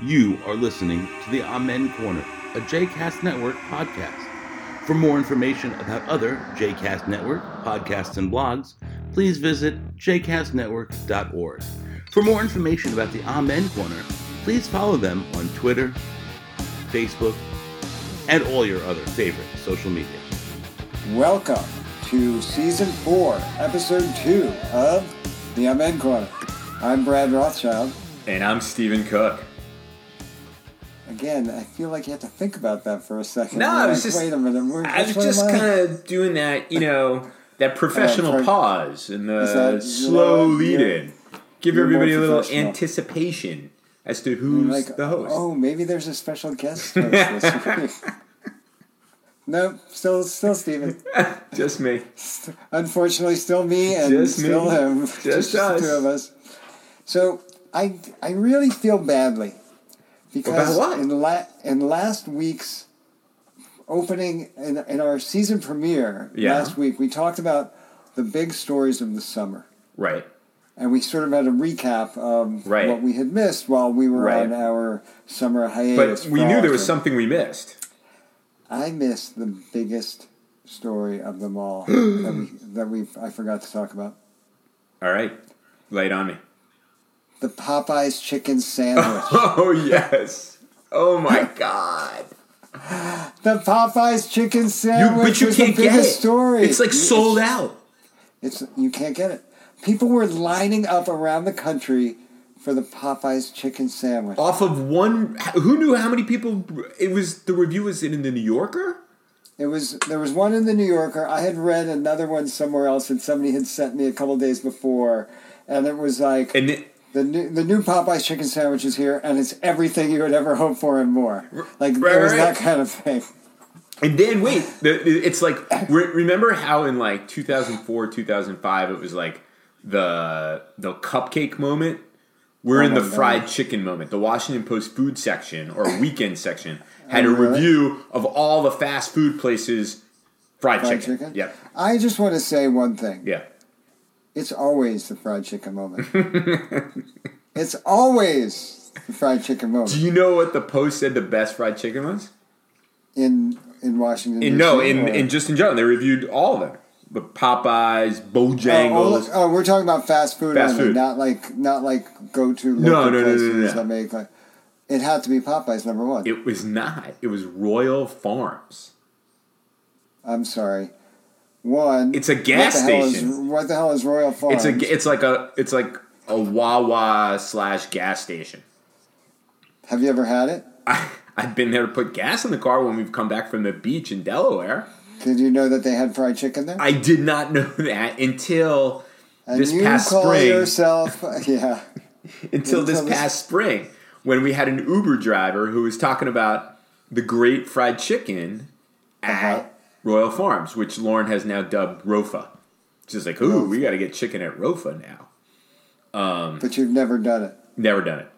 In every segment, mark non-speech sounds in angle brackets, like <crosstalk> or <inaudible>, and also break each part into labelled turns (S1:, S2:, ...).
S1: You are listening to the Amen Corner, a JCast Network podcast. For more information about other JCast Network podcasts and blogs, please visit jcastnetwork.org. For more information about the Amen Corner, please follow them on Twitter, Facebook, and all your other favorite social media.
S2: Welcome to season four, episode two of the MN Corner. I'm Brad Rothschild.
S3: And I'm Stephen Cook.
S2: Again, I feel like you have to think about that for a second.
S3: No, I
S2: Like,
S3: was just-
S2: wait a minute. We're,
S3: I was
S2: which one
S3: just
S2: am I?
S3: kind of doing that, you know, that professional
S2: pro-
S3: pause and the
S2: Is that- you
S3: slow
S2: know what?
S3: lead
S2: You're-
S3: in. Give
S2: you're more
S3: everybody a little
S2: professional.
S3: anticipation as to who's
S2: like
S3: the host.
S2: Oh, maybe there's a special guest host this
S3: <laughs>
S2: week. <laughs> Nope, still, still Steven.
S3: Just me.
S2: Unfortunately, still me and
S3: Just me.
S2: still him.
S3: <laughs> Just us.
S2: the two of us. So I, I really feel badly because
S3: About what?
S2: in la- in last week's opening in, in our season premiere
S3: Yeah.
S2: last week, we talked about the big stories of the summer.
S3: Right.
S2: And we sort of had a recap of
S3: Right.
S2: what we had missed while we were
S3: Right.
S2: on our summer hiatus.
S3: But we
S2: for
S3: knew there was
S2: Austin.
S3: something we missed.
S2: I missed the biggest story of them
S3: <gasps>
S2: all that we that we I forgot to talk about.
S3: All right. Lay it on me. <laughs>
S2: The Popeyes chicken sandwich.
S3: Oh, yes.
S2: <laughs>
S3: Oh, my God.
S2: the Popeyes chicken
S3: You,
S2: sandwich
S3: but you
S2: was
S3: can't
S2: the
S3: get
S2: biggest
S3: it.
S2: story.
S3: It's like
S2: You-
S3: sold out.
S2: It's you can't get it. People were lining up around the country for the Popeyes chicken sandwich.
S3: Off of one. Who knew how many people? It was. The review was in the New Yorker?
S2: It was there was one in the New Yorker. I had read another one somewhere else that somebody had sent me a couple days before, and it was like
S3: And it,
S2: the new the new Popeyes chicken sandwich is here, and it's everything you would ever hope for and more. Like
S3: right,
S2: it was
S3: right.
S2: that kind of thing.
S3: And then wait, the, the- it's like re- remember how in like 2004, 2005 it was like the the cupcake moment. We're in the
S2: my God.
S3: fried chicken moment. The Washington Post food section or
S2: <laughs>
S3: weekend section had a
S2: really?
S3: review of all the fast food places fried,
S2: Fried
S3: chicken.
S2: chicken.
S3: Yep.
S2: I just want to say one thing.
S3: Yeah.
S2: It's always the fried chicken
S3: <laughs>
S2: moment. it's always the fried chicken
S3: Do
S2: moment
S3: you know what the Post said the best fried chicken was?
S2: in in Washington. Oh,
S3: In, no,
S2: DC,
S3: in,
S2: or-
S3: in just in general, they reviewed all of them. The Popeyes,
S2: Oh, oh,
S3: Bojangles.
S2: look- oh, we're talking about fast food
S3: Fast
S2: only,
S3: food.
S2: not like not like go to local
S3: no, no, no,
S2: places
S3: no.
S2: that make like. It had to be Popeyes number one.
S3: It was not. It was Royal Farms.
S2: I'm sorry. One.
S3: It's a gas
S2: what the hell is-
S3: station.
S2: what the hell is Royal Farms?
S3: It's a it's like a it's like a Wawa slash gas station.
S2: Have you ever had it?
S3: I I've been there to put gas in the car when we've come back from the beach in Delaware.
S2: Did you know that they had fried chicken there?
S3: I did not <laughs> know that until
S2: and
S3: this
S2: you
S3: past
S2: call
S3: spring.
S2: yourself, <laughs> yeah,
S3: <laughs> until this
S2: until this-
S3: past spring when we had an Uber driver who was talking about the great fried chicken
S2: Uh-huh.
S3: at Royal Farms, which Lauren has now dubbed Rofa. She's like, ooh, we got to get chicken at Rofa now.
S2: but you've never done it.
S3: Never done it.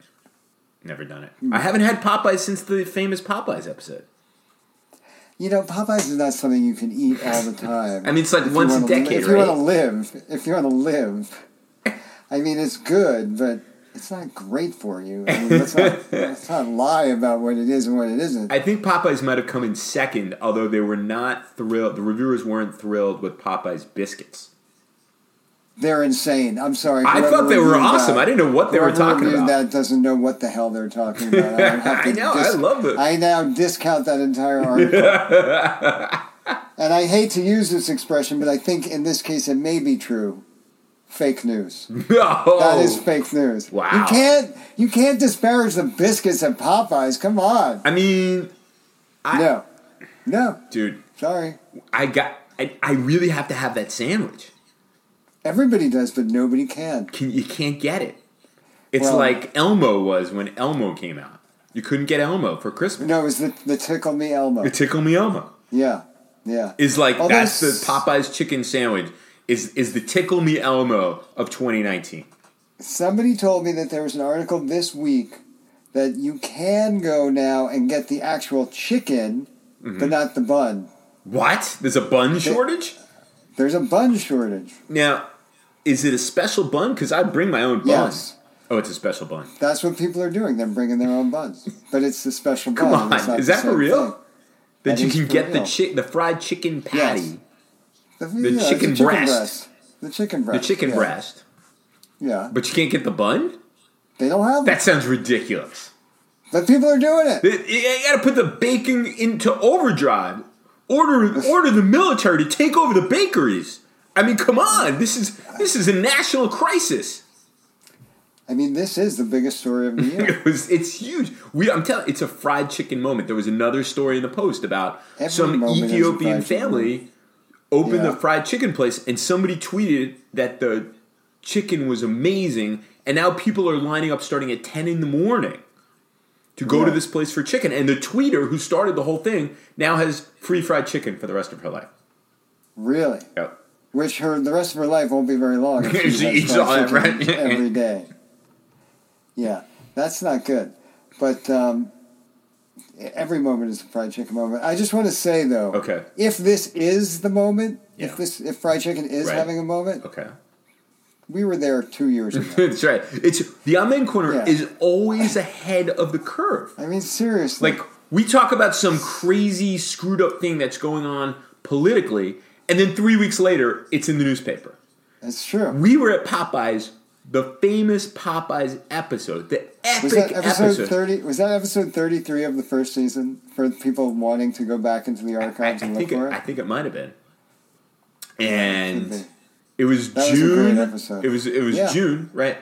S3: Never done it. I haven't had Popeyes since the famous Popeyes episode.
S2: You know, Popeyes is not something you can eat all the time.
S3: I mean, it's like
S2: If you
S3: once a
S2: wanna li-
S3: decade,
S2: If you
S3: right?
S2: want to live, if you want to live, I mean, it's good, but it's not great for you. I mean, let's
S3: <laughs>
S2: not, let's not lie about what it is and what it isn't.
S3: I think Popeyes might have come in second, although they were not thrilled. The reviewers weren't thrilled with Popeyes biscuits.
S2: They're insane. I'm sorry.
S3: I
S2: whoever
S3: thought they were
S2: reviewed
S3: awesome.
S2: that-
S3: I didn't know what they were
S2: whoever
S3: talking
S2: reviewed
S3: about.
S2: That doesn't know what the hell they're talking about. I, would
S3: <laughs>
S2: have to
S3: I know, I love it.
S2: I now discount that entire article. and I hate to use this expression, but I think in this case it may be true. Fake news.
S3: <laughs> No,
S2: That is fake news.
S3: Wow.
S2: You can't you can't disparage the biscuits at Popeyes. Come on.
S3: I mean, I-
S2: no. No.
S3: dude,
S2: Sorry.
S3: I got. I, I really have to have that sandwich.
S2: Everybody does, but nobody can.
S3: Can you can't get it? It's
S2: Well-
S3: like Elmo was when Elmo came out. You couldn't get Elmo for Christmas.
S2: No, it's the, the tickle me elmo.
S3: The Tickle Me Elmo.
S2: Yeah. Yeah.
S3: is like
S2: Although
S3: that's the
S2: s-
S3: Popeyes chicken sandwich is is the tickle me Elmo of 2019.
S2: Somebody told me that there was an article this week that you can go now and get the actual chicken,
S3: Mm-hmm.
S2: but not the bun.
S3: What? There's a bun shortage
S2: There's a bun shortage.
S3: now. Is it a special bun? Because I bring my own bun.
S2: Yes.
S3: Oh, it's a special bun.
S2: That's what people are doing. They're bringing their own buns, but it's the special
S3: Come
S2: bun. It's
S3: on,
S2: not
S3: is
S2: the
S3: that for
S2: same
S3: real?
S2: thing.
S3: That,
S2: That
S3: you
S2: is
S3: can
S2: for
S3: get the
S2: real.
S3: chick, the fried chicken patty,
S2: The,
S3: The chicken breast.
S2: The chicken
S3: the
S2: breast.
S3: chicken
S2: yeah.
S3: breast,
S2: Yeah,
S3: but you can't get the bun.
S2: they don't have
S3: That
S2: that.
S3: sounds ridiculous.
S2: But people are doing it.
S3: You- You got to put the baking into overdrive. Order order the military to take over the bakeries. I mean, come on. This is this is a national crisis.
S2: I mean, this is the biggest story of the year.
S3: <laughs> It was, it's huge. We, I'm telling, it's a fried chicken moment. There was another story in the post about
S2: Every
S3: some
S2: moment is a
S3: Ethiopian
S2: fried chicken
S3: family opened
S2: Yeah.
S3: a fried chicken place, and somebody tweeted that the chicken was amazing, and now people are lining up starting at 10 in the morning to go to
S2: Yeah.
S3: this place for chicken. And the tweeter who started the whole thing now has free fried chicken for the rest of her life.
S2: really,
S3: Yep.
S2: which her the rest of her life won't be very long.
S3: <laughs>
S2: if
S3: She
S2: has
S3: eats
S2: fried
S3: all that,
S2: chicken
S3: right? <laughs>
S2: every day. Yeah, that's not good. But um, every moment is a fried chicken moment. I just want to say though,
S3: Okay.
S2: if this is the moment,
S3: Yeah.
S2: if this if fried chicken is
S3: Right.
S2: having a moment,
S3: Okay. <laughs>
S2: we were there two years ago.
S3: That's right. It's the amen corner
S2: Yeah.
S3: is always ahead of the curve.
S2: I mean, seriously,
S3: Like we talk about some crazy screwed up thing that's going on politically, and then three weeks later, it's in the newspaper.
S2: it's true.
S3: We were at Popeyes, the famous Popeyes episode, the epic
S2: Was that episode,
S3: episode.
S2: thirty? Was that episode thirty-three of the first season for people wanting to go back into the
S3: I, I
S2: archives and look
S3: think it,
S2: for it?
S3: I think it might have been,
S2: Could
S3: and
S2: be.
S3: it was
S2: That was a
S3: June.
S2: great episode.
S3: It was it was
S2: Yeah.
S3: June, right?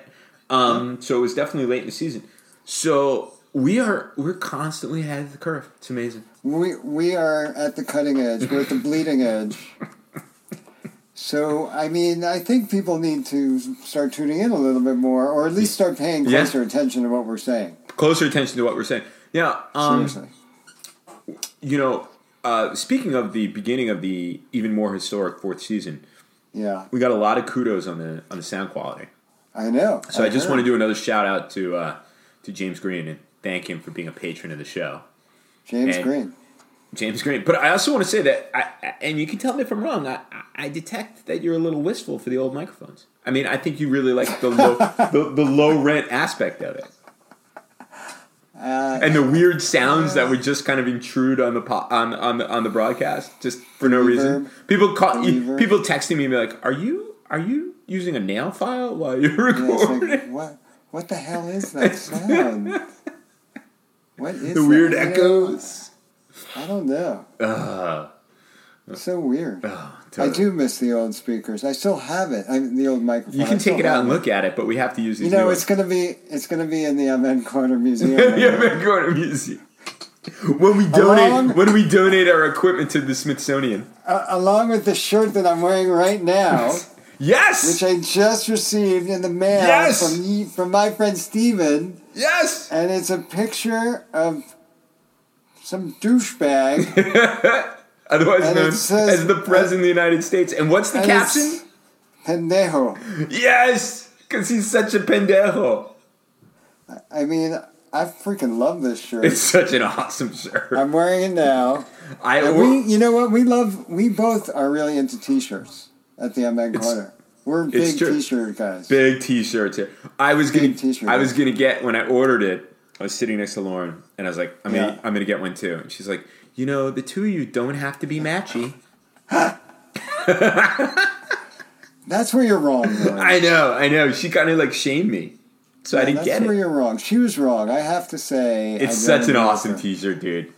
S3: Um, So it was definitely late in the season. So we are we're constantly ahead of the curve. It's amazing.
S2: We we are at the cutting edge. We're at the bleeding
S3: <laughs>
S2: edge. So I mean, I think people need to start tuning in a little bit more, or at least start paying
S3: Yeah.
S2: closer attention to what we're saying.
S3: Closer attention to what we're saying. Yeah. Um,
S2: Seriously,
S3: You know, uh, speaking of the beginning of the even more historic fourth season,
S2: yeah,
S3: we got a lot of kudos on the on the sound quality.
S2: I know.
S3: So I, just
S2: heard.
S3: want to do another shout out to uh, to James Green and thank him for being a patron of the show.
S2: James
S3: and-
S2: Green.
S3: James Green, but I also want to say that, I, I- and you can tell me if I'm wrong. I, I- I detect that you're a little wistful for the old microphones. I mean, I think you really like the low, the, the low rent aspect of it,
S2: Uh,
S3: and the weird sounds that would just kind of intrude on the po- on on the, on the broadcast just for no reason.
S2: reverb.
S3: People call
S2: The reverb.
S3: people texting me and be like, "Are you are you using a nail file while you're
S2: and <laughs> it's
S3: recording?" <laughs>
S2: like, what what the hell is that sound? What is
S3: the weird
S2: that? You know,
S3: echoes.
S2: I don't know.
S3: Uh,
S2: It's so weird.
S3: oh,
S2: I
S3: totally.
S2: do miss the old speakers. I still have it. I mean, the old microphone.
S3: You
S2: I
S3: can
S2: still
S3: take it out
S2: have
S3: and look at it, but we have to use
S2: You
S3: these.
S2: know,
S3: new
S2: it's
S3: ones.
S2: gonna be it's gonna be in the MN
S3: <laughs>
S2: Corner Museum.
S3: yeah, we're going to museum. When we donate,
S2: Along-
S3: when we donate our equipment to the Smithsonian.
S2: A- along with the shirt that I'm wearing right
S3: <laughs>
S2: now,
S3: Yes,
S2: which I just received in the mail
S3: Yes!
S2: from ye- from my friend Steven,
S3: yes.
S2: and it's a picture of some
S3: <laughs>
S2: douchebag.
S3: Otherwise
S2: And
S3: known
S2: it says-
S3: as the president of the United States. And what's the
S2: and it's
S3: caption?
S2: Pendejo.
S3: Yes, because he's such a pendejo.
S2: I mean, I freaking love this shirt.
S3: It's such an awesome shirt.
S2: I'm wearing it now.
S3: I
S2: And Um, we, you know what? We love. We both are really into t-shirts at the MN Corner. We're big
S3: true.
S2: t-shirt guys.
S3: big t-shirts here. I was gonna,
S2: Big t-shirt.
S3: I was gonna get when I ordered it. I was sitting next to Lauren, and I was like, "I'm gonna,
S2: Yeah.
S3: I'm gonna get one too." And she's like, "You know, the two of you don't have to
S2: <laughs>
S3: be matchy."
S2: That's where you're wrong. Lauren.
S3: I know, I know. She kind of like shamed me, so <laughs> I
S2: Yeah,
S3: didn't
S2: that's
S3: get
S2: where
S3: it.
S2: you're wrong. She was wrong. I have to say, I
S3: It's such an
S2: really
S3: awesome
S2: like her.
S3: T-shirt, dude.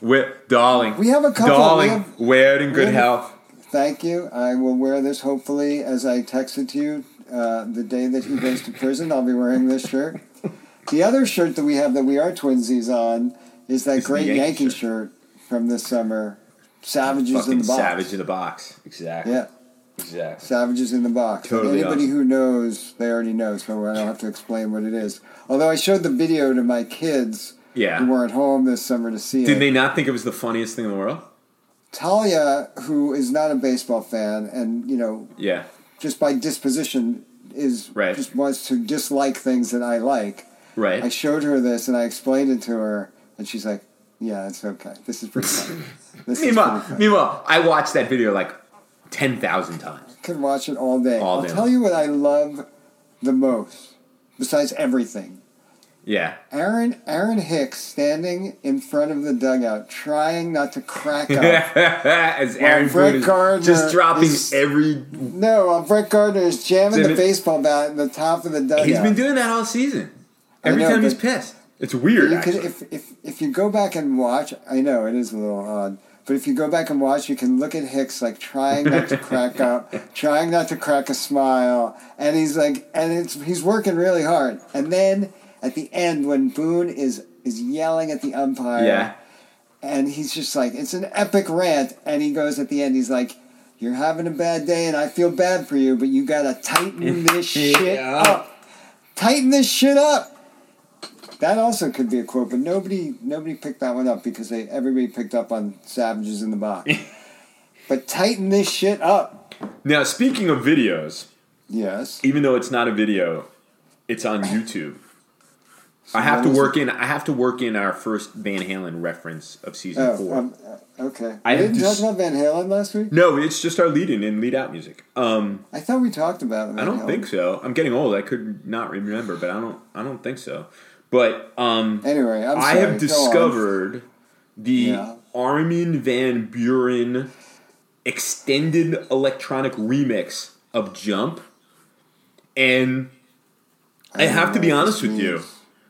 S3: With darling,
S2: We have a couple-
S3: Darling,
S2: we have-
S3: wear it in good
S2: have-
S3: health.
S2: Thank you. I will wear this hopefully as I texted to you uh, the day that he goes to prison. I'll be wearing this shirt. The other shirt that we have that we are twinsies on is that
S3: It's the
S2: great
S3: Yankee
S2: Yankee, shirt.
S3: shirt.
S2: from this summer. Savages in
S3: Fucking
S2: the box.
S3: savage in the box. Exactly.
S2: Yeah,
S3: Exactly.
S2: Savages in the box. And
S3: Totally
S2: anybody
S3: awesome.
S2: who knows, they already know, so I don't have to explain what it is. Although I showed the video to my kids who
S3: Yeah.
S2: weren't home this summer to see it.
S3: Did they not think it was the funniest thing in the world?
S2: Talia, who is not a baseball fan, and you know,
S3: Yeah.
S2: just by disposition, is
S3: Right.
S2: just wants to dislike things that I like. I
S3: Right.
S2: showed her this and I explained it to her, and she's like, "Yeah, it's okay. This is pretty funny.
S3: <laughs>
S2: This is pretty
S3: Meanwhile,
S2: funny.
S3: meanwhile, I watched that video like ten thousand times.
S2: I could watch it all day.
S3: All
S2: I'll
S3: day
S2: tell
S3: long.
S2: you what I love the most. besides everything.
S3: Yeah.
S2: Aaron Aaron Hicks standing in front of the dugout, trying not to
S3: <laughs>
S2: crack up.
S3: As Aaron
S2: Brett
S3: Boone is
S2: Gardner
S3: just dropping
S2: is-
S3: every.
S2: no, uh, Brett Gardner is jamming the
S3: Exhibit-
S2: baseball bat at the top of the dugout.
S3: He's been doing that all season.
S2: I
S3: Every
S2: know,
S3: time he's
S2: but-
S3: pissed, it's weird.
S2: You can,
S3: actually.
S2: if, if, if you go back and watch, I know it is a little odd, but if you go back and watch, you can look at Hicks like trying not to
S3: <laughs>
S2: crack up, trying not to crack a smile, and he's like, and it's he's working really hard. And then at the end, when Boone is is yelling at the umpire,
S3: yeah.
S2: and he's just like, it's an epic rant, and he goes at the end, he's like. You're having a bad day, and I feel bad for you, but you gotta
S3: <laughs>
S2: tighten this shit
S3: Yeah.
S2: up tighten this shit up. That also could be a quote, but nobody nobody picked that one up because they everybody picked up on savages in the
S3: <laughs>
S2: box. but tighten this shit up.
S3: Now, speaking of videos,
S2: Yes.
S3: even though it's not a video, it's on YouTube. I have to
S2: what is
S3: work in. I have to work in our first Van Halen reference of season four.
S2: Oh, um, uh, okay. I
S3: I have
S2: didn't
S3: just-
S2: talk about Van Halen last week.
S3: no, it's just our lead-in and lead-out music. Um,
S2: I thought we talked about Van
S3: I don't
S2: Halen.
S3: think so. I'm getting old. I could not remember, but I don't. I don't think so. But um,
S2: Anyway, I'm
S3: I
S2: sorry.
S3: have
S2: Go on.
S3: discovered the
S2: Yeah.
S3: Armin van Buren extended electronic remix of Jump, and I,
S2: don't
S3: have to
S2: know
S3: be
S2: what
S3: honest
S2: this
S3: with you.
S2: means.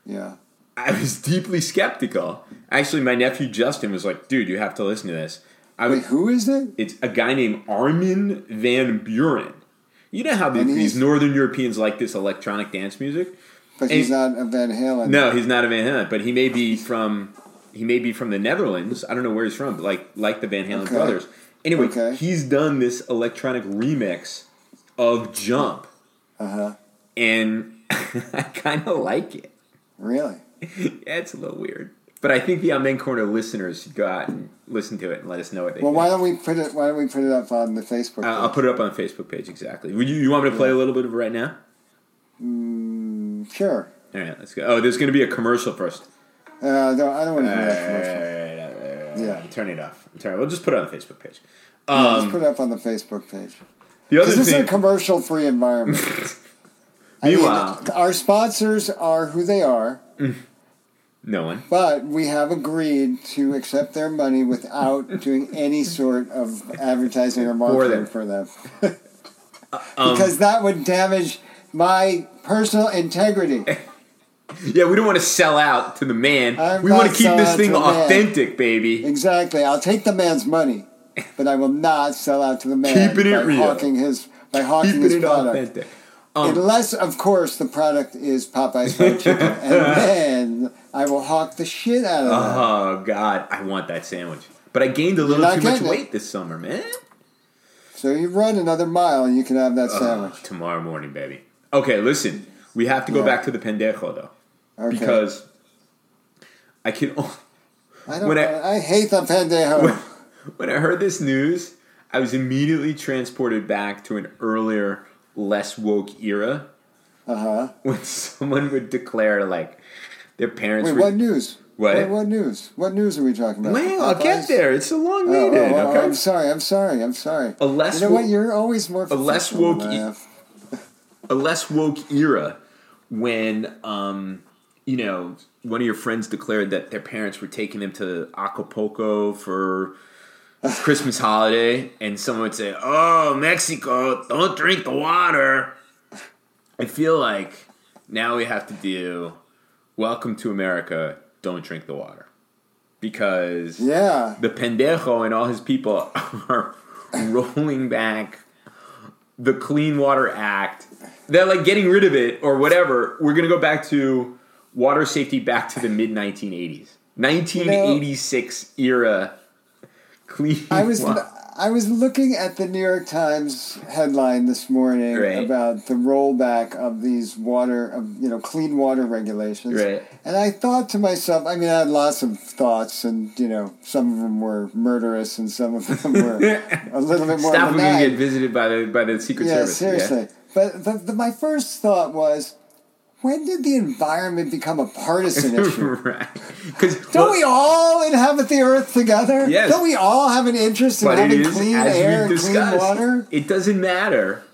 S2: Yeah.
S3: I was <laughs> deeply skeptical. Actually, my nephew Justin was like, "Dude, you have to listen to this." I
S2: Wait,
S3: was,
S2: who is it?
S3: it's a guy named Armin van Buren. You know how the,
S2: And he's-
S3: these Northern Europeans like this electronic dance music.
S2: But
S3: Hey.
S2: he's not a Van Halen.
S3: No, he's not a Van Halen, but he may be from he may be from the Netherlands. I don't know where he's from, but like like the Van Halen
S2: Okay.
S3: brothers. Anyway,
S2: Okay.
S3: he's done this electronic remix of Jump,
S2: Uh huh.
S3: and <laughs> I kind of like it.
S2: Really?
S3: Yeah, it's a little weird. But I think the Amen Corner listeners should go out and listen to it and let us know what they
S2: Well,
S3: think.
S2: why don't we put it? Why don't we put it up on the Facebook?
S3: I- Uh, I'll put it up on the Facebook page exactly. Would you, you want me to play a little bit of it right now?
S2: page? Mm, Sure.
S3: All right, let's go. Oh, there's going to be a commercial first.
S2: Uh, no, I don't want to hear that commercial.
S3: Yeah.
S2: Yeah.
S3: Uh, Turn it off. Turn. We'll just put it on the Facebook page. Um,
S2: Just put it up on the Facebook page.
S3: Uh, The other
S2: This is a
S3: thing.
S2: commercial free environment. I mean,
S3: <laughs> Meanwhile-
S2: our sponsors are who they are,
S3: no one.
S2: but we have agreed to accept their money
S3: <laughs>
S2: without doing any sort of advertising or marketing
S3: them. Uh, um,
S2: for them. <laughs> because that would damage my personal integrity.
S3: Yeah, we don't want to sell out to the man.
S2: I'm
S3: we want
S2: not
S3: to keep
S2: selling
S3: this
S2: out to
S3: thing
S2: the man.
S3: authentic, baby.
S2: Exactly. I'll take the man's money, but I will not sell out to the man
S3: Keeping it
S2: by
S3: real.
S2: hawking his by hawking
S3: Keeping
S2: his
S3: it
S2: product.
S3: authentic. Um,
S2: Unless, of course, the product is Popeye's fried
S3: <laughs>
S2: chicken, and then I will hawk the shit out of that.
S3: Oh God, I want that sandwich. But I gained a little
S2: not
S3: too much
S2: getting it.
S3: weight this summer, man.
S2: So you run another mile, and you can have that sandwich.
S3: Oh, tomorrow morning, baby. Okay, listen. We have to go
S2: Yeah.
S3: back to the pendejo though,
S2: Okay.
S3: because I can. Only,
S2: I don't.
S3: when I-
S2: I, hate the pendejo.
S3: when I heard this news, I was immediately transported back to an earlier, less woke era <laughs>
S2: Uh huh.
S3: when someone would declare like their parents
S2: Wait,
S3: were
S2: what news?
S3: What?
S2: Wait, what news? What news are we talking about?
S3: Well, I'll
S2: Popeye's?
S3: get there. It's a long
S2: Oh,
S3: lead in,
S2: oh, oh,
S3: okay?
S2: I'm sorry. I'm sorry. I'm sorry.
S3: A less
S2: You know
S3: wo-
S2: what? You're always more.
S3: less
S2: professional
S3: woke
S2: than I
S3: e-
S2: am.
S3: a less woke era when, um, you know, one of your friends declared that their parents were taking them to Acapulco for Christmas holiday, and someone would say, Oh, Mexico, don't drink the water. I feel like now we have to do Welcome to America, don't drink the water. Because.
S2: Yeah.
S3: the pendejo and all his people <laughs> are rolling back the Clean Water Act. They're like getting rid of it or whatever. We're gonna go back to water safety back to the mid 1980s, 1986 era clean.
S2: I was
S3: water.
S2: I was looking at the New York Times headline this morning
S3: Right.
S2: about the rollback of these water of you know clean water regulations,
S3: Right.
S2: and I thought to myself, I mean, I had lots of thoughts, and you know, some of them were murderous, and some of them
S3: <laughs>
S2: were a little bit more.
S3: Stop. We're gonna
S2: benign.
S3: get visited by the by the Secret
S2: Yeah,
S3: Service.
S2: seriously. But the, the, my first thought was, when did the environment become a
S3: <laughs>
S2: partisan issue?
S3: right. Because
S2: Don't we all inhabit the earth together?
S3: Yes.
S2: Don't we all have an interest in
S3: But it
S2: having
S3: is
S2: clean
S3: as
S2: air
S3: we've
S2: and clean
S3: discussed.
S2: water?
S3: It doesn't matter.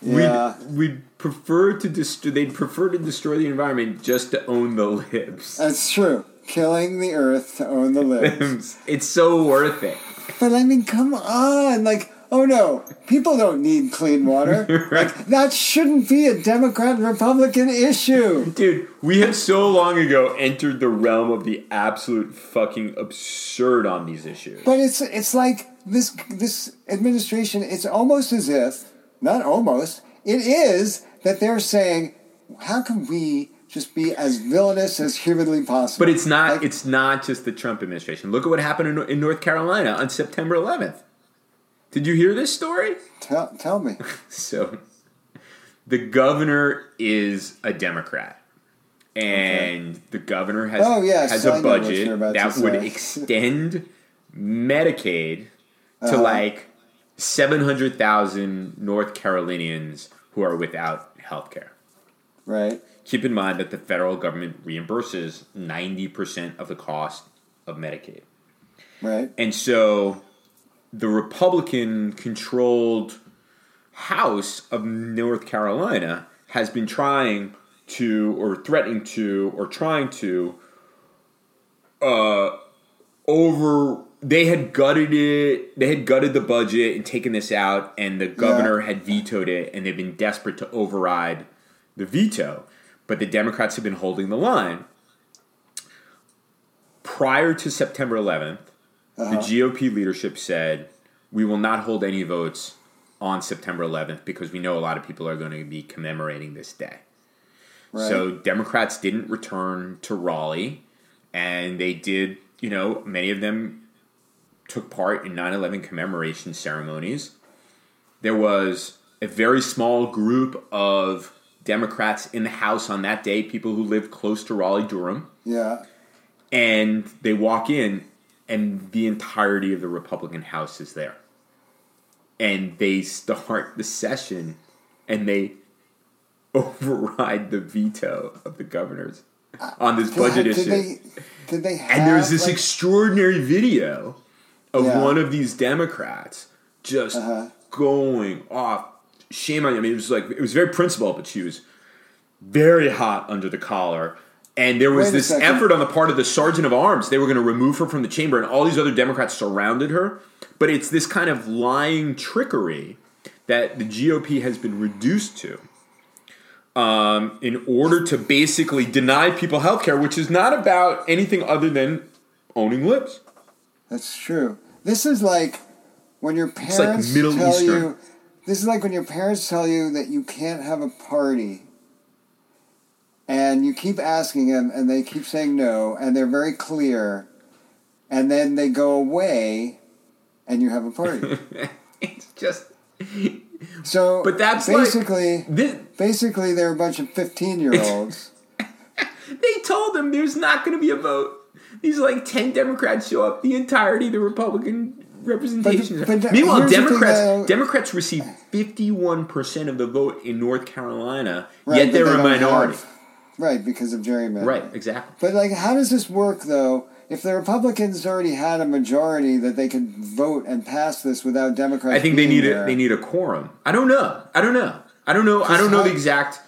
S2: Yeah.
S3: We we prefer to destroy. They'd prefer to destroy the environment just to own the libs.
S2: That's true. Killing the earth to own the libs.
S3: <laughs> it's so
S2: <laughs>
S3: worth it.
S2: but I mean, come on. Like, oh no, people don't need clean
S3: <laughs>
S2: water. Like, that shouldn't be a Democrat Republican issue.
S3: Dude, we had so long ago entered the realm of the absolute fucking absurd on these issues.
S2: But it's it's like this this administration. It's almost as if not almost. It is that they're saying, how can we just be as villainous as humanly possible?
S3: But it's not.
S2: Like,
S3: it's not just the Trump administration. Look at what happened in, in North Carolina on September 11th. Did you hear this story?
S2: tell, tell
S3: <laughs>
S2: me.
S3: So, the governor is a Democrat, and the governor has
S2: Oh, yes,
S3: has
S2: I
S3: a
S2: know what
S3: budget
S2: you're about
S3: that
S2: to
S3: would
S2: say.
S3: extend Medicaid to
S2: Uh-huh.
S3: like seven hundred thousand North Carolinians who are without health care.
S2: Right.
S3: Keep in mind that the federal government reimburses ninety percent of the cost of Medicaid.
S2: Right.
S3: And so the Republican controlled House of North Carolina has been trying to, or threatening to, or trying to, uh, over. They had gutted it. They had gutted the budget and taken this out, and the governor had vetoed it, and they've been desperate to override the veto. But the Democrats have been holding the line. Prior to September 11th, the GOP leadership said, "We will not hold any votes on September 11th because we know a lot of people are going to be commemorating this day."
S2: Right.
S3: So Democrats didn't return to Raleigh, and they did. You know, many of them took part in 9/11 commemoration ceremonies. There was a very small group of Democrats in the House on that day, people who lived close to Raleigh Durham
S2: yeah.
S3: and they walk in and the entirety of the republican house is there and they start the session and they <laughs> override the veto of the governors on this budget
S2: Uh, did
S3: issue
S2: They, did they have,
S3: and there's this
S2: like-
S3: extraordinary video of
S2: Yeah. Uh-huh.
S3: one of these Democrats just going off. Shame on you. I mean, it was like it was very principled, but she was very hot under the collar. And there was
S2: Wait a
S3: this
S2: second.
S3: effort on the part of the sergeant of arms. They were going to remove her from the chamber, and all these other Democrats surrounded her. But it's this kind of lying trickery that the GOP has been reduced to um, in order to basically deny people health care, which is not about anything other than owning lips. <laughs>
S2: That's true. This is like when your
S3: like
S2: parents
S3: Middle
S2: tell
S3: Eastern.
S2: you. This is like when your parents tell you that you can't have a party, and you keep asking them, and they keep saying no, and they're very clear, and then they go away, and you have a
S3: <laughs>
S2: party.
S3: It's just
S2: So,
S3: But that's like-
S2: basically
S3: this,
S2: basically they're a bunch of fifteen year
S3: <laughs>
S2: olds.
S3: they told them there's not going to be a vote. These like ten Democrats show up. The entirety of the Republican representation.
S2: But- but
S3: Meanwhile,
S2: here's the thing
S3: Democrats
S2: that I-
S3: Democrats received fifty one percent of the vote in North Carolina,
S2: Right,
S3: yet
S2: but
S3: they're
S2: they
S3: a
S2: don't
S3: minority.
S2: have- right, because of gerrymandering.
S3: Right, exactly.
S2: But like, how does this work though? If the Republicans already had a majority that they could vote and pass this without Democrats,
S3: I think they
S2: being
S3: need a,
S2: there,
S3: they need a quorum. I don't know. I don't know. I don't know. I don't know the
S2: how-
S3: exact.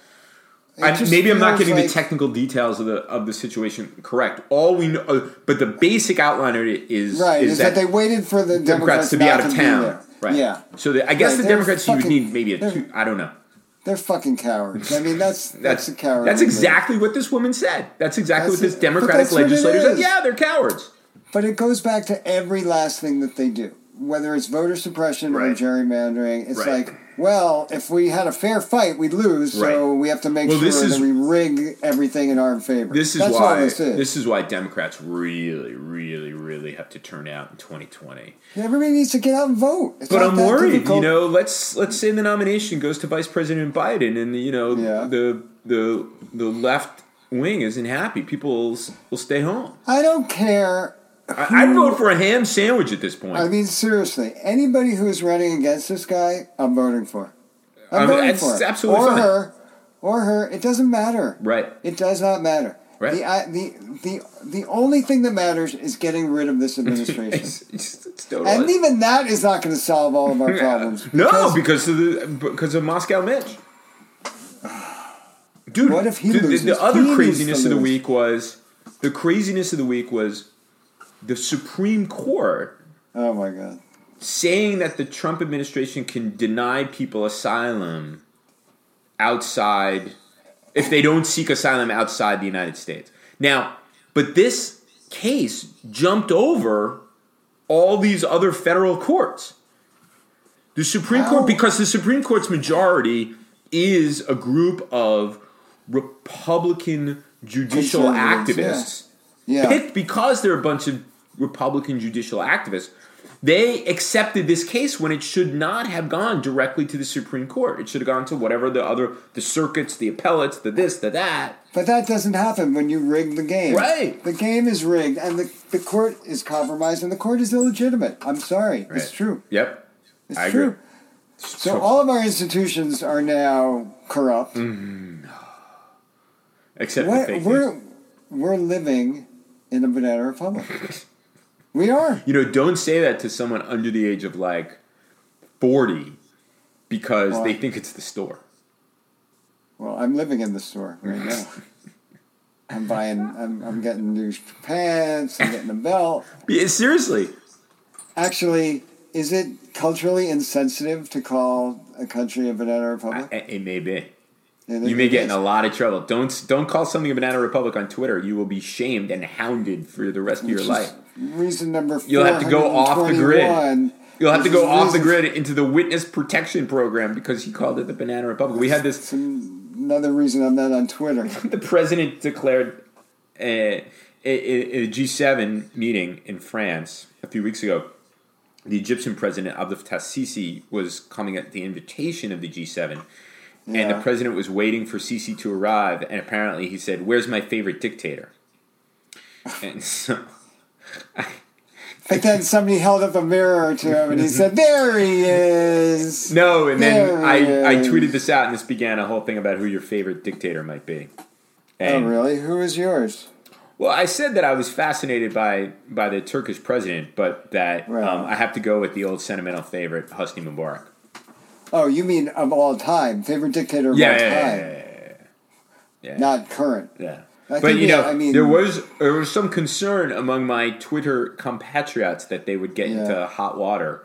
S2: it
S3: I,
S2: just
S3: maybe I'm not
S2: feels
S3: getting
S2: like-
S3: the technical details of the of the situation correct. All we know, uh, but the basic outline of it is
S2: Right,
S3: is, that,
S2: they waited for the
S3: Democrats
S2: Democrats
S3: to be
S2: not
S3: out of
S2: to
S3: town.
S2: there.
S3: Right.
S2: Yeah,
S3: So the, I guess
S2: Right,
S3: the
S2: they're
S3: Democrats you would
S2: fucking-
S3: need maybe a
S2: they're-
S3: two. I don't know.
S2: they're fucking cowards. I mean, that's that's,
S3: <laughs> That's
S2: a coward.
S3: That's exactly what this woman said. That's exactly
S2: That's
S3: what this
S2: it. But
S3: Democratic
S2: that's what it
S3: legislator said.
S2: is.
S3: Yeah, they're cowards.
S2: But it goes back to every last thing that they do, whether it's voter suppression or
S3: Right.
S2: gerrymandering. It's
S3: Right.
S2: like, well, if we had a fair fight, we'd lose, so
S3: Right.
S2: we have to make
S3: Well,
S2: sure
S3: this is-
S2: that we rig everything in our favor.
S3: This is
S2: That's
S3: why
S2: all this is.
S3: this is why Democrats really, really, really have to turn out in 2020.
S2: Everybody needs to get out and vote. It's
S3: But
S2: not
S3: I'm
S2: that
S3: worried.
S2: difficult.
S3: You know, let's let's say the nomination goes to Vice President Biden, and you know
S2: Yeah.
S3: the the the left wing isn't happy. People s- will
S2: <laughs>
S3: stay home.
S2: I don't care.
S3: I, I'd vote for a ham sandwich at this point.
S2: I mean, seriously, anybody who is running against this guy, I'm voting for. I'm
S3: I mean,
S2: voting
S3: it's
S2: for.
S3: absolutely
S2: or
S3: fine.
S2: her, or her. It doesn't matter.
S3: right?
S2: It does not matter.
S3: Right.
S2: The, I, the the the only thing that matters is getting rid of
S3: <laughs>
S2: this administration.
S3: It's, it's, it's totally.
S2: and even that is
S3: <laughs>
S2: not going to solve all of our problems.
S3: no, because of the because of Moscow Mitch. dude.
S2: What if he
S3: the, the-
S2: loses?
S3: The other
S2: He needs
S3: craziness
S2: to
S3: of the
S2: lose.
S3: week was the craziness of the week was the Supreme Court
S2: Oh my god.
S3: saying that the Trump administration can deny people asylum outside if they don't seek asylum outside the United States. Now, but this case jumped over all these other federal courts. The Supreme
S2: How?
S3: Court because the Supreme Court's majority is a group of Republican judicial
S2: Conservatives, yeah. Yeah.
S3: activists picked because they're a bunch of Republican judicial activists. They accepted this case when it should not have gone directly to the Supreme Court. It should have gone to whatever the other the circuits, the appellates, the this, the that.
S2: But that doesn't happen when you rig the game.
S3: Right.
S2: The game is rigged and the, the court is compromised and the court is illegitimate. I'm sorry. It's
S3: Right.
S2: true.
S3: Yep.
S2: It's
S3: I
S2: true.
S3: agree.
S2: So all of our institutions are now corrupt.
S3: Mm-hmm. except the
S2: We're,
S3: fake
S2: we're,
S3: news.
S2: we're living in a banana republic.
S3: <laughs>
S2: we are.
S3: You know, don't say that to someone under the age of like forty because
S2: Why?
S3: they think it's the store.
S2: Well, I'm living in the store right
S3: <laughs>
S2: now. I'm buying, I'm, I'm getting new pants, I'm getting a belt.
S3: Yeah, seriously.
S2: Actually, is it culturally insensitive to call a country a banana republic?
S3: It, it may be.
S2: It-
S3: You may
S2: it
S3: get
S2: is.
S3: in a lot of trouble. Don't don't call something a banana republic on Twitter. You will be shamed and hounded for the rest of your
S2: Which is
S3: life.
S2: Reason number
S3: You'll have to go off the grid.
S2: 421,
S3: You'll have to
S2: which
S3: go
S2: is
S3: off the
S2: reason-
S3: grid into the witness protection program because he called it the banana republic. We had this.
S2: Another reason I'm not on Twitter.
S3: The president declared a, a, a G7 meeting in France a few weeks ago. The Egyptian president Abdel Fattah Sisi was coming at the invitation of the G7, and the
S2: Yeah.
S3: president was waiting for Sisi to arrive. And apparently, he said, "Where's my favorite dictator?" And <laughs> so.
S2: But then somebody held up a mirror to him and he said, There he
S3: <laughs>
S2: is.
S3: No, and then
S2: There
S3: I, I
S2: is.
S3: tweeted this out, and this began a whole thing about who your favorite dictator might be.
S2: Oh,
S3: And,
S2: really? Who is yours?
S3: Well, I said that I was fascinated by by the Turkish president, but that
S2: Right.
S3: um, I have to go with the old sentimental favorite, Hosni Mubarak.
S2: Oh, you mean of all time. Favorite dictator of
S3: Yeah,
S2: all
S3: yeah, yeah,
S2: time.
S3: yeah, yeah, yeah.
S2: Not current.
S3: yeah.
S2: I
S3: but
S2: think,
S3: you
S2: yeah,
S3: know,
S2: I mean-
S3: there was there was some concern among my Twitter compatriots that they would get
S2: Yeah.
S3: into hot water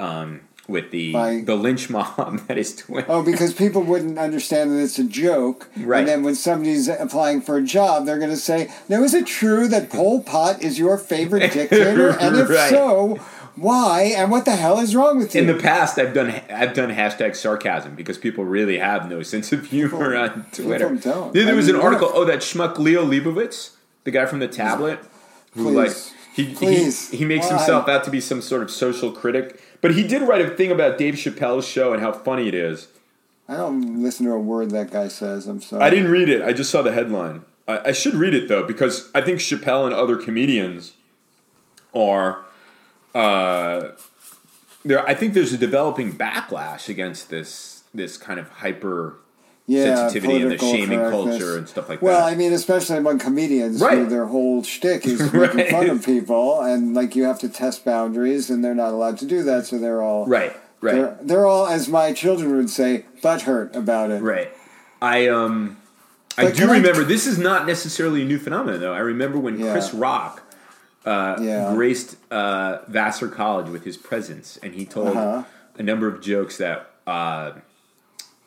S3: um, with the
S2: By-
S3: the lynch mob <laughs> that is Twitter.
S2: Oh, because people wouldn't understand that it's a joke.
S3: Right.
S2: And then when somebody's applying for a job, they're going to say, Now, is it true that Pol Pot is your favorite
S3: <laughs>
S2: dictator? And if
S3: Right.
S2: so, why? And what the hell is wrong with you?
S3: in the past I've done I've done hashtag sarcasm because people really have no sense of humor on Twitter.
S2: people don't.
S3: There, there
S2: I
S3: was
S2: mean,
S3: an
S2: what
S3: article.
S2: if-
S3: Oh, that schmuck Leo Leibovitz, the guy from the tablet, who
S2: Please.
S3: like he
S2: Please.
S3: he, he makes
S2: Why?
S3: himself out to be some sort of social critic, but he did write a thing about Dave Chappelle's show and how funny it is.
S2: I don't listen to a word that guy says. I'm sorry.
S3: I didn't read it. I just saw the headline. I, I should read it though because I think Chappelle and other comedians are. Uh, there, I think there's a developing backlash against this this kind of hyper
S2: yeah,
S3: sensitivity and the
S2: political
S3: shaming
S2: correctness.
S3: culture and stuff like
S2: Well,
S3: that.
S2: I mean, especially among comedians, who
S3: Right.
S2: their whole shtick
S3: <laughs>
S2: is
S3: Right.
S2: making fun of people, and like you have to test boundaries, and they're not allowed to do that, so they're all
S3: right, right,
S2: They're, they're all, as my children would say, butthurt about it.
S3: right. I um, I
S2: But
S3: do
S2: can I-
S3: remember this is not necessarily a new phenomenon though. I remember when
S2: Yeah.
S3: Chris Rock
S2: Yeah.
S3: graced uh, Vassar College with his presence, and he told
S2: Uh-huh.
S3: a number of jokes that. Uh,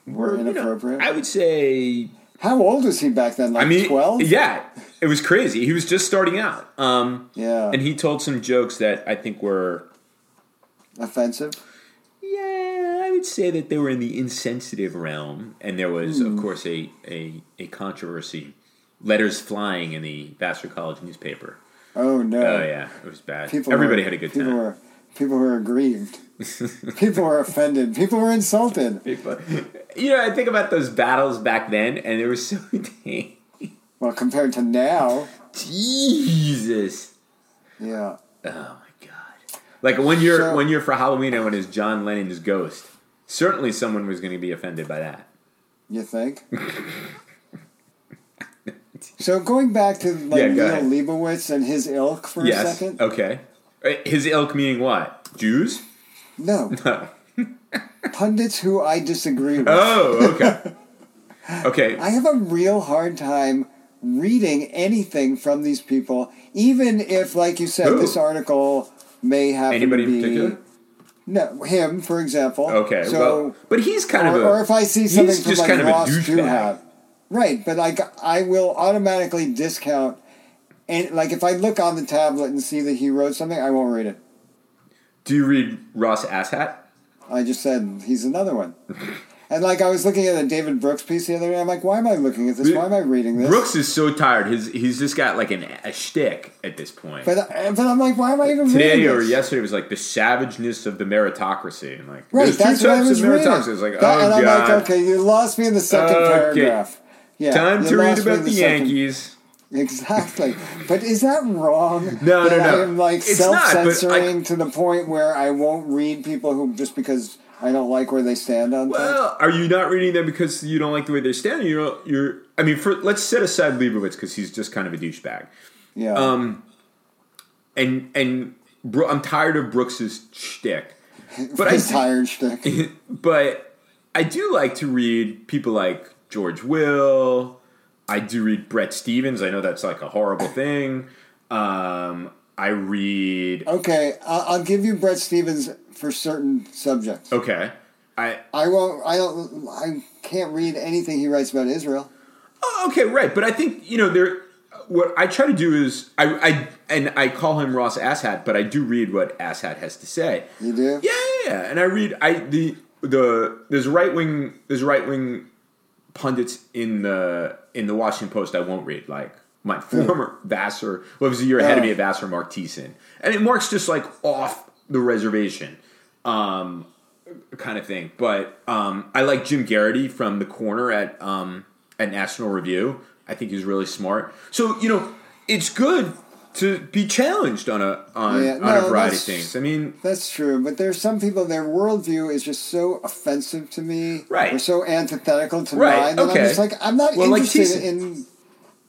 S2: Were
S3: you know,
S2: inappropriate.
S3: I would say.
S2: How old was he back then? Like
S3: I mean,
S2: 12?
S3: yeah, it was crazy. He was just starting out, um,
S2: Yeah.
S3: and he told some jokes that I think were.
S2: Offensive?
S3: Yeah, I would say that they were in the insensitive realm, and there was,
S2: Hmm.
S3: of course, a, a, a controversy. Letters flying in the Vassar College newspaper.
S2: Oh, no.
S3: Oh yeah, it was bad.
S2: People
S3: Everybody
S2: were-
S3: had a good
S2: people
S3: time.
S2: Were, people were aggrieved. <laughs> people were offended. People were insulted.
S3: <laughs> People- you know, I think about those battles back then, and there was so <laughs> many.
S2: Well, compared to now,
S3: Jesus.
S2: yeah.
S3: Oh my god! Like one year,
S2: So-
S3: one year for Halloween, I went as John Lennon's ghost. Certainly, someone was going to be offended by that.
S2: You
S3: <laughs>
S2: think? so going back to like
S3: Yeah, go
S2: Leo
S3: ahead.
S2: Leibowitz and his ilk for a
S3: yes.
S2: second.
S3: Okay. Uh, His ilk meaning what? Jews? <laughs> Oh,
S2: No,
S3: No.
S2: pundits who I disagree with.
S3: Oh, okay.
S2: <laughs>
S3: Okay.
S2: I have a real hard time reading anything from these people, even if, like you said,
S3: Who?
S2: this article may have
S3: Anybody
S2: to be,
S3: in particular?
S2: No, him for example.
S3: Okay.
S2: so
S3: well, but he's kind
S2: or,
S3: of a.
S2: or if I see
S3: he's
S2: something from
S3: just
S2: like
S3: kind of a
S2: Ross
S3: douchebag.
S2: Duhab. right? But like I will automatically discount, and like if I look on the tablet and see that he wrote something, I won't read it.
S3: Do you read Ross Asshat?
S2: I just said he's another
S3: <laughs>
S2: one. and like I was looking at a David Brooks piece the other day, I'm like, why am I looking at this? Why am I reading this?
S3: Brooks is so tired. His he's just got like an, a shtick at this point.
S2: But uh, but I'm like, why am I even
S3: Today
S2: reading
S3: or
S2: this?
S3: yesterday was like the savageness of the meritocracy, and like
S2: Right,
S3: there's
S2: that's
S3: two
S2: what I
S3: types
S2: was
S3: of
S2: reading.
S3: meritocracy. It's like
S2: That-
S3: oh
S2: and I'm
S3: god,
S2: like, okay, you lost me in the second
S3: Okay.
S2: paragraph. Yeah,
S3: time
S2: you
S3: to read
S2: lost me in
S3: about the
S2: second-
S3: Yankees.
S2: Exactly, but is that wrong?
S3: <laughs> No, no,
S2: that
S3: no.
S2: I'm like
S3: It's not, but I-
S2: self-censoring to the point where I won't read people who just because I don't like where they stand on things.
S3: Well, are you not reading them because you don't like the way they're standing? You know, you're. I mean, for, let's set aside Leibowitz because he's just kind of a douchebag.
S2: Yeah, <laughs>
S3: Um, and and Bro- I'm tired of Brooks's shtick, but I
S2: his tired shtick.
S3: <laughs> but I do like to read people like George Will. I do read Brett Stevens. I know that's like a horrible thing. Um, I read
S2: Okay, I'll, I'll give you Brett Stevens for certain subjects.
S3: okay. I
S2: I won't. I don't. I can't read anything he writes about Israel.
S3: Oh, okay, right. But I think you know there. What I try to do is I, I and I call him Ross Asshat, but I do read what Asshat has to say.
S2: You do?
S3: Yeah, yeah, yeah. And I read I the the there's right wing there's right wing pundits in the in the Washington Post I won't read like my
S2: Hmm.
S3: former Vassar well, it was a year ahead of me
S2: Oh.
S3: at Vassar Mark Thiessen. And it marks just like off the reservation. Um kind of thing. But um I like Jim Garrity from the corner at um at National Review. I think he's really smart. So, you know, it's good to be challenged on a on,
S2: Yeah,
S3: on
S2: no,
S3: a variety of
S2: that's-
S3: things. I mean,
S2: That's true, but there's some people their worldview is just so offensive to me,
S3: Right.
S2: Or so antithetical to
S3: Right,
S2: mine that
S3: okay.
S2: I'm just like I'm not
S3: Well, like
S2: interested
S3: Thiessen.
S2: in.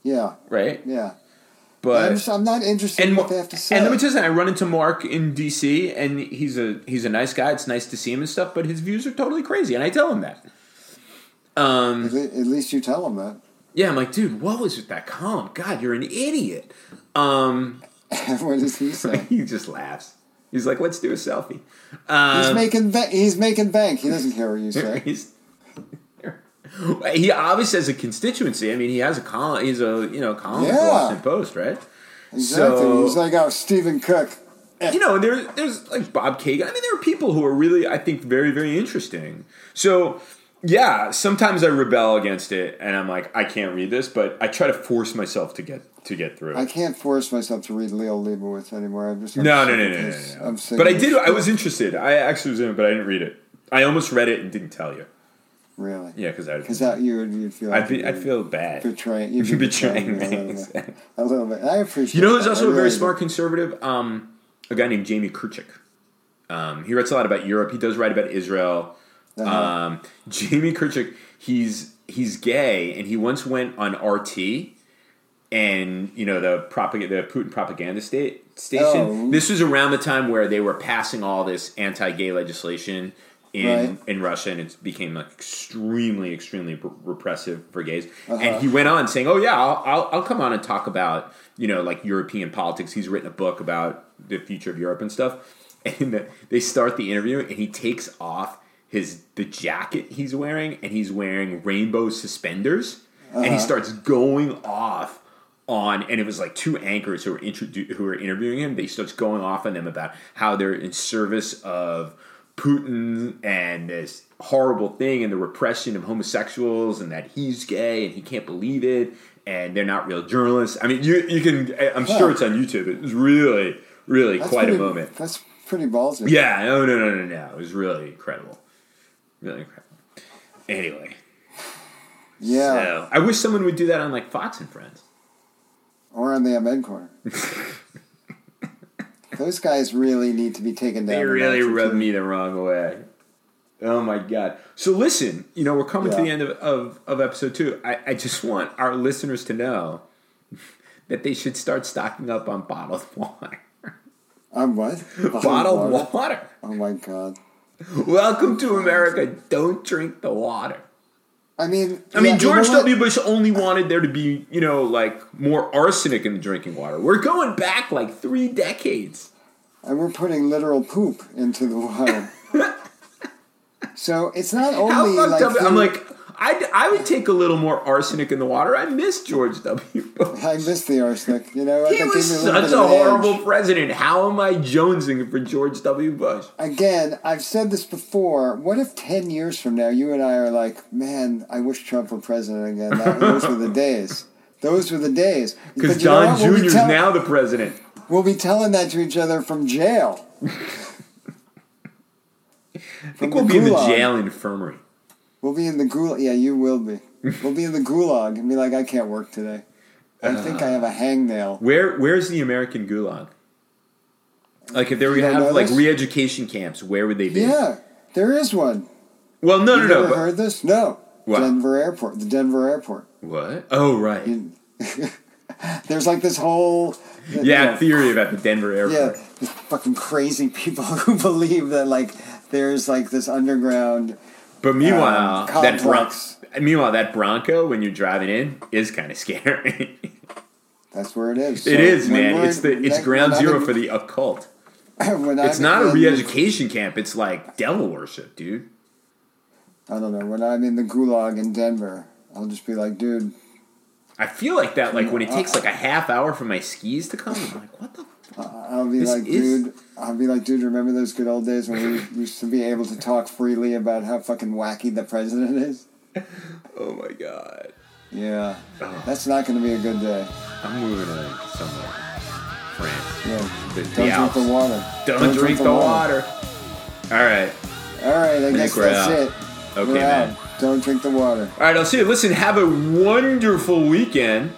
S2: Yeah,
S3: right?
S2: yeah.
S3: But
S2: I'm, just, I'm not interested
S3: and
S2: in
S3: mo-
S2: what they have to say.
S3: and let me tell you, something, I run into Mark in DC, and he's a he's a nice guy. It's nice to see him and stuff, but his views are totally crazy, and I tell him that. Um,
S2: at le- at least you tell them that.
S3: yeah, I'm like, dude, what was with that column? God, you're an idiot. Um,
S2: <laughs>
S3: <laughs>
S2: what does he say?
S3: he just laughs. He's like, let's do a selfie. Um,
S2: He's making ba- he's making bank. He doesn't care what you say.
S3: <laughs> He's- he obviously has a constituency. I mean, he has a column. He's a you know column for
S2: Yeah.
S3: the Washington Post, right?
S2: Exactly.
S3: So-
S2: He's like, oh, Stephen Cook.
S3: you know, there, there's like Bob Kagan. I mean, there are people who are really, I think, very, very interesting. So, yeah, sometimes I rebel against it, and I'm like, I can't read this, but I try to force myself to get to get through.
S2: I
S3: It.
S2: can't force myself to read Leo Leibowitz anymore. I'm just I'm
S3: No, no,
S2: sick
S3: no,
S2: of
S3: no, no,
S2: his-
S3: no,
S2: I'm
S3: no.
S2: sick
S3: But I
S2: of his
S3: did. I was interested. I actually was in it, but I didn't read it. I almost read it and didn't tell you.
S2: really
S3: Yeah, because I.
S2: because that you would you'd feel
S3: I,
S2: like
S3: be, I
S2: you'd be
S3: feel bad. <laughs>
S2: betraying you'd be
S3: You're betraying
S2: betraying
S3: me.
S2: me a little bit. I appreciate.
S3: <laughs> You know who's
S2: that.
S3: also
S2: I
S3: a very
S2: really do.
S3: smart conservative? Um, a guy named Jamie Kurchik. Um, he writes a lot about Europe. He does write about Israel.
S2: Uh-huh. Uh,
S3: Um, Jamie Kurchik, he's he's gay, and he once went on RT, and you know the propaganda, the Putin propaganda state station.
S2: Oh.
S3: This was around the time where they were passing all this anti-gay legislation in
S2: Right.
S3: in Russia, and it became like extremely, extremely re- repressive for gays. And he went on saying, "Oh yeah, I'll, I'll I'll come on and talk about you know like European politics." He's written a book about the future of Europe and stuff. <laughs> And the, they start the interview, and he takes off his the jacket he's wearing, and he's wearing rainbow suspenders, and he starts going off on and it was like two anchors who were introdu- who were interviewing him they starts going off on them about how they're in service of Putin and this horrible thing and the repression of homosexuals and that he's gay and he can't believe it and they're not real journalists I mean you you can I- I'm sure it's on YouTube it was really really
S2: That's
S3: quite
S2: pretty,
S3: a moment
S2: That's pretty ballsy.
S3: yeah no no no no no it was really incredible really incredible anyway
S2: Yeah.
S3: so I wish someone would do that on like Fox and Friends
S2: Or on the MN
S3: <laughs>
S2: corner. Those guys really need to be taken down.
S3: They
S2: a
S3: really
S2: notch or
S3: rubbed
S2: two.
S3: me the wrong way. Oh my god! So listen, you know we're coming to
S2: Yeah.
S3: the end of, of, of episode two. I, I just want our listeners to know <laughs> that they should start stocking up on bottled <laughs> water.
S2: On what? Bottled
S3: <laughs> Bottled
S2: water.
S3: water.
S2: Oh my god.
S3: Welcome to America. Don't drink the water.
S2: I mean,
S3: I mean,
S2: yeah, you
S3: George
S2: know what?
S3: W. Bush only wanted there to be, you know, like more arsenic in the drinking water. We're going back like three decades.
S2: and we're putting literal poop into the
S3: <laughs>
S2: water. so it's not
S3: How
S2: only
S3: fucked
S2: like,
S3: up? I'm
S2: the-
S3: like, I'd, I would take a little more arsenic in the water. I miss George W. <laughs> Bush.
S2: I miss the arsenic. You know, what?
S3: He
S2: That
S3: was
S2: gave me a little
S3: such
S2: bit
S3: a
S2: of an edge.
S3: horrible president. How am I jonesing for George W. Bush?
S2: Again, I've said this before. What if ten years from now, you and I are like, man, I wish Trump were president again. That, those were the days. Those were the days.
S3: Because
S2: But you know
S3: Don
S2: what? We'll be
S3: Jr. is
S2: tell-
S3: now the president.
S2: We'll be telling that to each other from jail.
S3: <laughs> I think we'll be in the jail infirmary.
S2: We'll be in the gulag. Yeah, you will be. We'll be in the gulag and be like, I can't work today. I think I have
S3: Uh.
S2: a hangnail.
S3: Where Where's the American Gulag? Like if they were
S2: You
S3: gonna
S2: don't
S3: have
S2: know
S3: like
S2: this?
S3: re-education camps, where would they be?
S2: Yeah, there is one.
S3: Well, no,
S2: You
S3: no,
S2: never
S3: no. but-
S2: heard this? No.
S3: What?
S2: Denver Airport. The Denver Airport.
S3: What? Oh, right.
S2: There's like this whole.
S3: yeah,
S2: you know,
S3: theory about the Denver
S2: Yeah,
S3: airport.
S2: these fucking crazy people <laughs> who believe that like there's like this underground.
S3: But meanwhile,
S2: Um,
S3: that Bron-
S2: complex.
S3: meanwhile that Bronco when you're driving in is kind of scary. <laughs>
S2: That's where it is.
S3: it
S2: So
S3: is,
S2: when
S3: man.
S2: we're-
S3: It's the it's
S2: when
S3: ground
S2: I'm
S3: zero
S2: in-
S3: for the occult.
S2: <coughs> when
S3: It's
S2: I'm
S3: not a
S2: in-
S3: re-education camp. It's like devil worship, dude.
S2: I don't know. When I'm in the gulag in Denver, I'll just be like, dude,
S3: I feel like that. Like when it takes like a half hour for my skis to come, I'm like, what the? Fuck?
S2: I'll be
S3: This
S2: like,
S3: is-
S2: dude, I'll be like, dude, remember those good old days when we <laughs> used to be able to talk freely about how fucking wacky the president is?
S3: <laughs> Oh my god!
S2: Yeah. That's not going to be a good day.
S3: Oh, I'm moving on somewhere. France.
S2: Yeah.
S3: The- the
S2: Don't drink
S3: Alps.
S2: the water.
S3: Don't, drink the water. All right.
S2: All right, I guess
S3: we're
S2: that's
S3: out.
S2: it.
S3: Okay,
S2: We're
S3: man.
S2: out. Don't drink the water.
S3: All right, I'll see you. Listen, have a wonderful weekend.